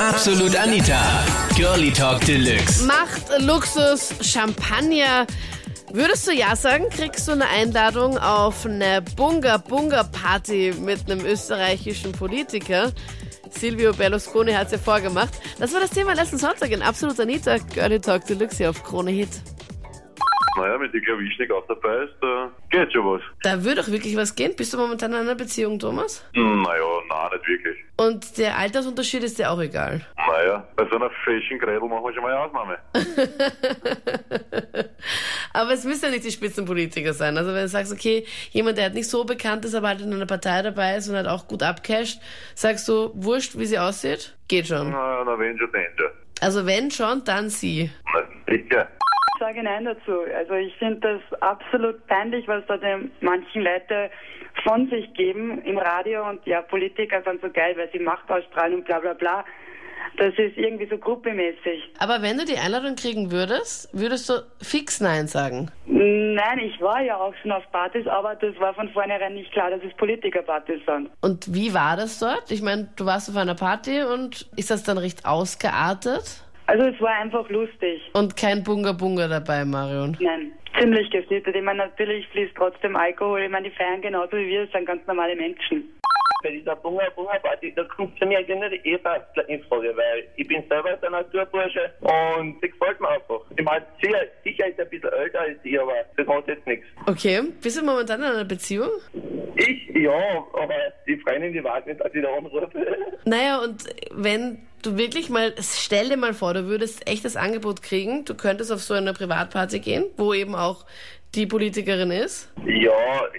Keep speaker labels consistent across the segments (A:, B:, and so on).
A: Absolut Anita. Girlie Talk Deluxe.
B: Macht Luxus Champagner. Würdest du ja sagen, kriegst du eine Einladung auf eine Bunga-Bunga-Party mit einem österreichischen Politiker? Silvio Berlusconi hat es ja vorgemacht. Das war das Thema letzten Sonntag in Absolut Anita, Girlie Talk Deluxe hier auf Krone Hit.
C: Naja, wenn die Klavischnik auch dabei ist, da geht schon was.
B: Da würde doch wirklich was gehen. Bist du momentan in einer Beziehung, Thomas?
C: Hm, Naja, nein, nicht wirklich.
B: Und der Altersunterschied ist dir auch egal.
C: Naja, bei so einer feschen Grädel machen wir schon mal eine Ausnahme.
B: Aber es müssen ja nicht die Spitzenpolitiker sein. Also wenn du sagst, okay, jemand, der halt nicht so bekannt ist, aber halt in einer Partei dabei ist und halt auch gut abcasht, sagst du, wurscht, wie sie aussieht? Geht schon.
C: Na, na wenn schon, denn schon.
B: Also wenn schon, dann sie.
C: Na, sicher.
D: Ich sage Nein dazu. Also ich finde das absolut peinlich, was da den manchen Leute von sich geben im Radio und ja, Politiker sind so geil, weil sie Macht ausstrahlen und bla bla bla. Das ist irgendwie so gruppemäßig.
B: Aber wenn du die Einladung kriegen würdest, würdest du fix Nein sagen.
D: Nein, ich war ja auch schon auf Partys, aber das war von vornherein nicht klar, dass es Politikerpartys sind.
B: Und wie war das dort? Ich meine, du warst auf einer Party und ist das dann recht ausgeartet?
D: Also es war einfach lustig.
B: Und kein Bunga Bunga dabei, Marion.
D: Nein, ziemlich gesnittet. Ich meine, natürlich fließt trotzdem Alkohol. Ich meine, die feiern genauso wie wir, das sind ganz normale Menschen.
E: bei dieser Bunga Bunga Party, da kommt für mich eigentlich nicht Ehepartner in Frage, weil ich bin selber der Naturbursche und sie gefällt mir einfach. Ich meine, sie, sicher ist ein bisschen älter als ich, aber das hat jetzt nichts.
B: Okay, bist du momentan in einer Beziehung?
E: Ich, ja, aber die Freundin, die wartet nicht, dass ich da anrufe.
B: Naja, und wenn du wirklich mal, stell dir mal vor, du würdest echt das Angebot kriegen, du könntest auf so eine Privatparty gehen, wo eben auch die Politikerin ist.
E: Ja,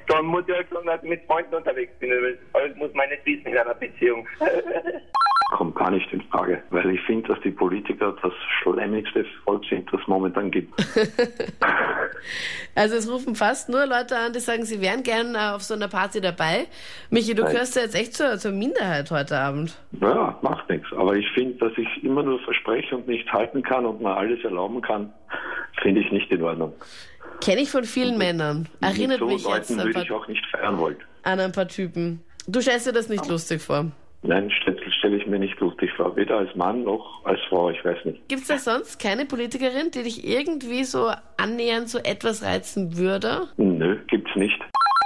E: dann muss ich halt sagen, dass ich mit Freunden unterwegs bin, weil alles muss man nicht wissen in einer Beziehung.
F: kommt gar nicht in Frage, weil ich finde, dass die Politiker das schlemmigste Volk sind, das es momentan gibt.
B: Also es rufen fast nur Leute an, die sagen, sie wären gerne auf so einer Party dabei. Michi, du gehörst ja jetzt echt zur, zur Minderheit heute Abend.
F: Ja, macht nichts. Aber ich finde, dass ich immer nur verspreche und nicht halten kann und mir alles erlauben kann, finde ich nicht in Ordnung.
B: Kenne ich von vielen Männern. Erinnert
F: Mit so
B: mich jetzt
F: Leuten
B: an ein,
F: würde ich
B: paar,
F: auch nicht feiern wollen.
B: an ein paar Typen. Du stellst dir das nicht lustig vor.
F: Nein, stelle stell ich mir nicht lustig vor. Weder als Mann noch als Frau, ich weiß nicht.
B: Gibt es da sonst keine Politikerin, die dich irgendwie so annähernd so etwas reizen würde?
F: Nö, gibt's nicht.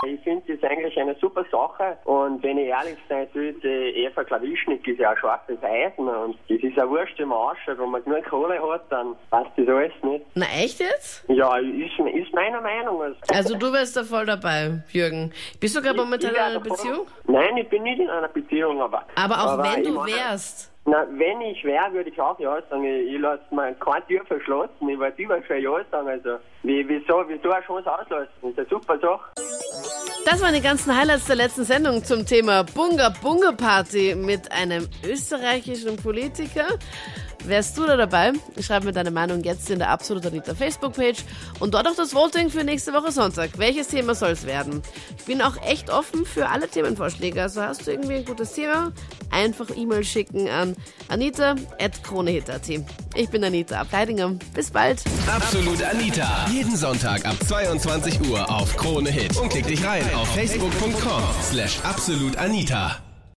G: Ich finde es eigentlich eine super Sache und wenn ich ehrlich sein will, die Eva Klawischnik ist ja ein schwarzes Eisen und das ist ja wurscht, wie man ausschaut. Wenn man genug Kohle hat, dann passt das alles nicht.
B: Na echt jetzt?
G: Ja, ist, ist meiner Meinung. Also,
B: Also du wärst da voll dabei, Jürgen. Bist du gerade momentan in
G: Ich wär
B: einer
G: davon-
B: Beziehung?
G: Nein, ich bin nicht in einer Beziehung, aber... ne?
B: Aber auch wenn
G: ich
B: du
G: meine-
B: wärst.
G: Na, wenn ich wäre, würde ich auch ja sagen. Ich, ich lasse mir keine Tür verschlossen. Ich weiß über schon ja sagen. Also, wie, wieso, wieso eine Chance auslassen? Das ist eine super Sache.
B: Das waren die ganzen Highlights der letzten Sendung zum Thema Bunga Bunga Party mit einem österreichischen Politiker. Wärst du da dabei? Schreib mir deine Meinung jetzt in der Absolut Anita Facebook-Page und dort auch das Voting für nächste Woche Sonntag. Welches Thema soll es werden? Ich bin auch echt offen für alle Themenvorschläge. Also hast du irgendwie ein gutes Thema? Einfach E-Mail schicken an anita.kronehit.at. Ich bin Anita Ableidinger. Bis bald.
A: Absolut Anita. Jeden Sonntag ab 22 Uhr auf Krone Hit. Und klick dich rein auf facebook.com slash absolutanita.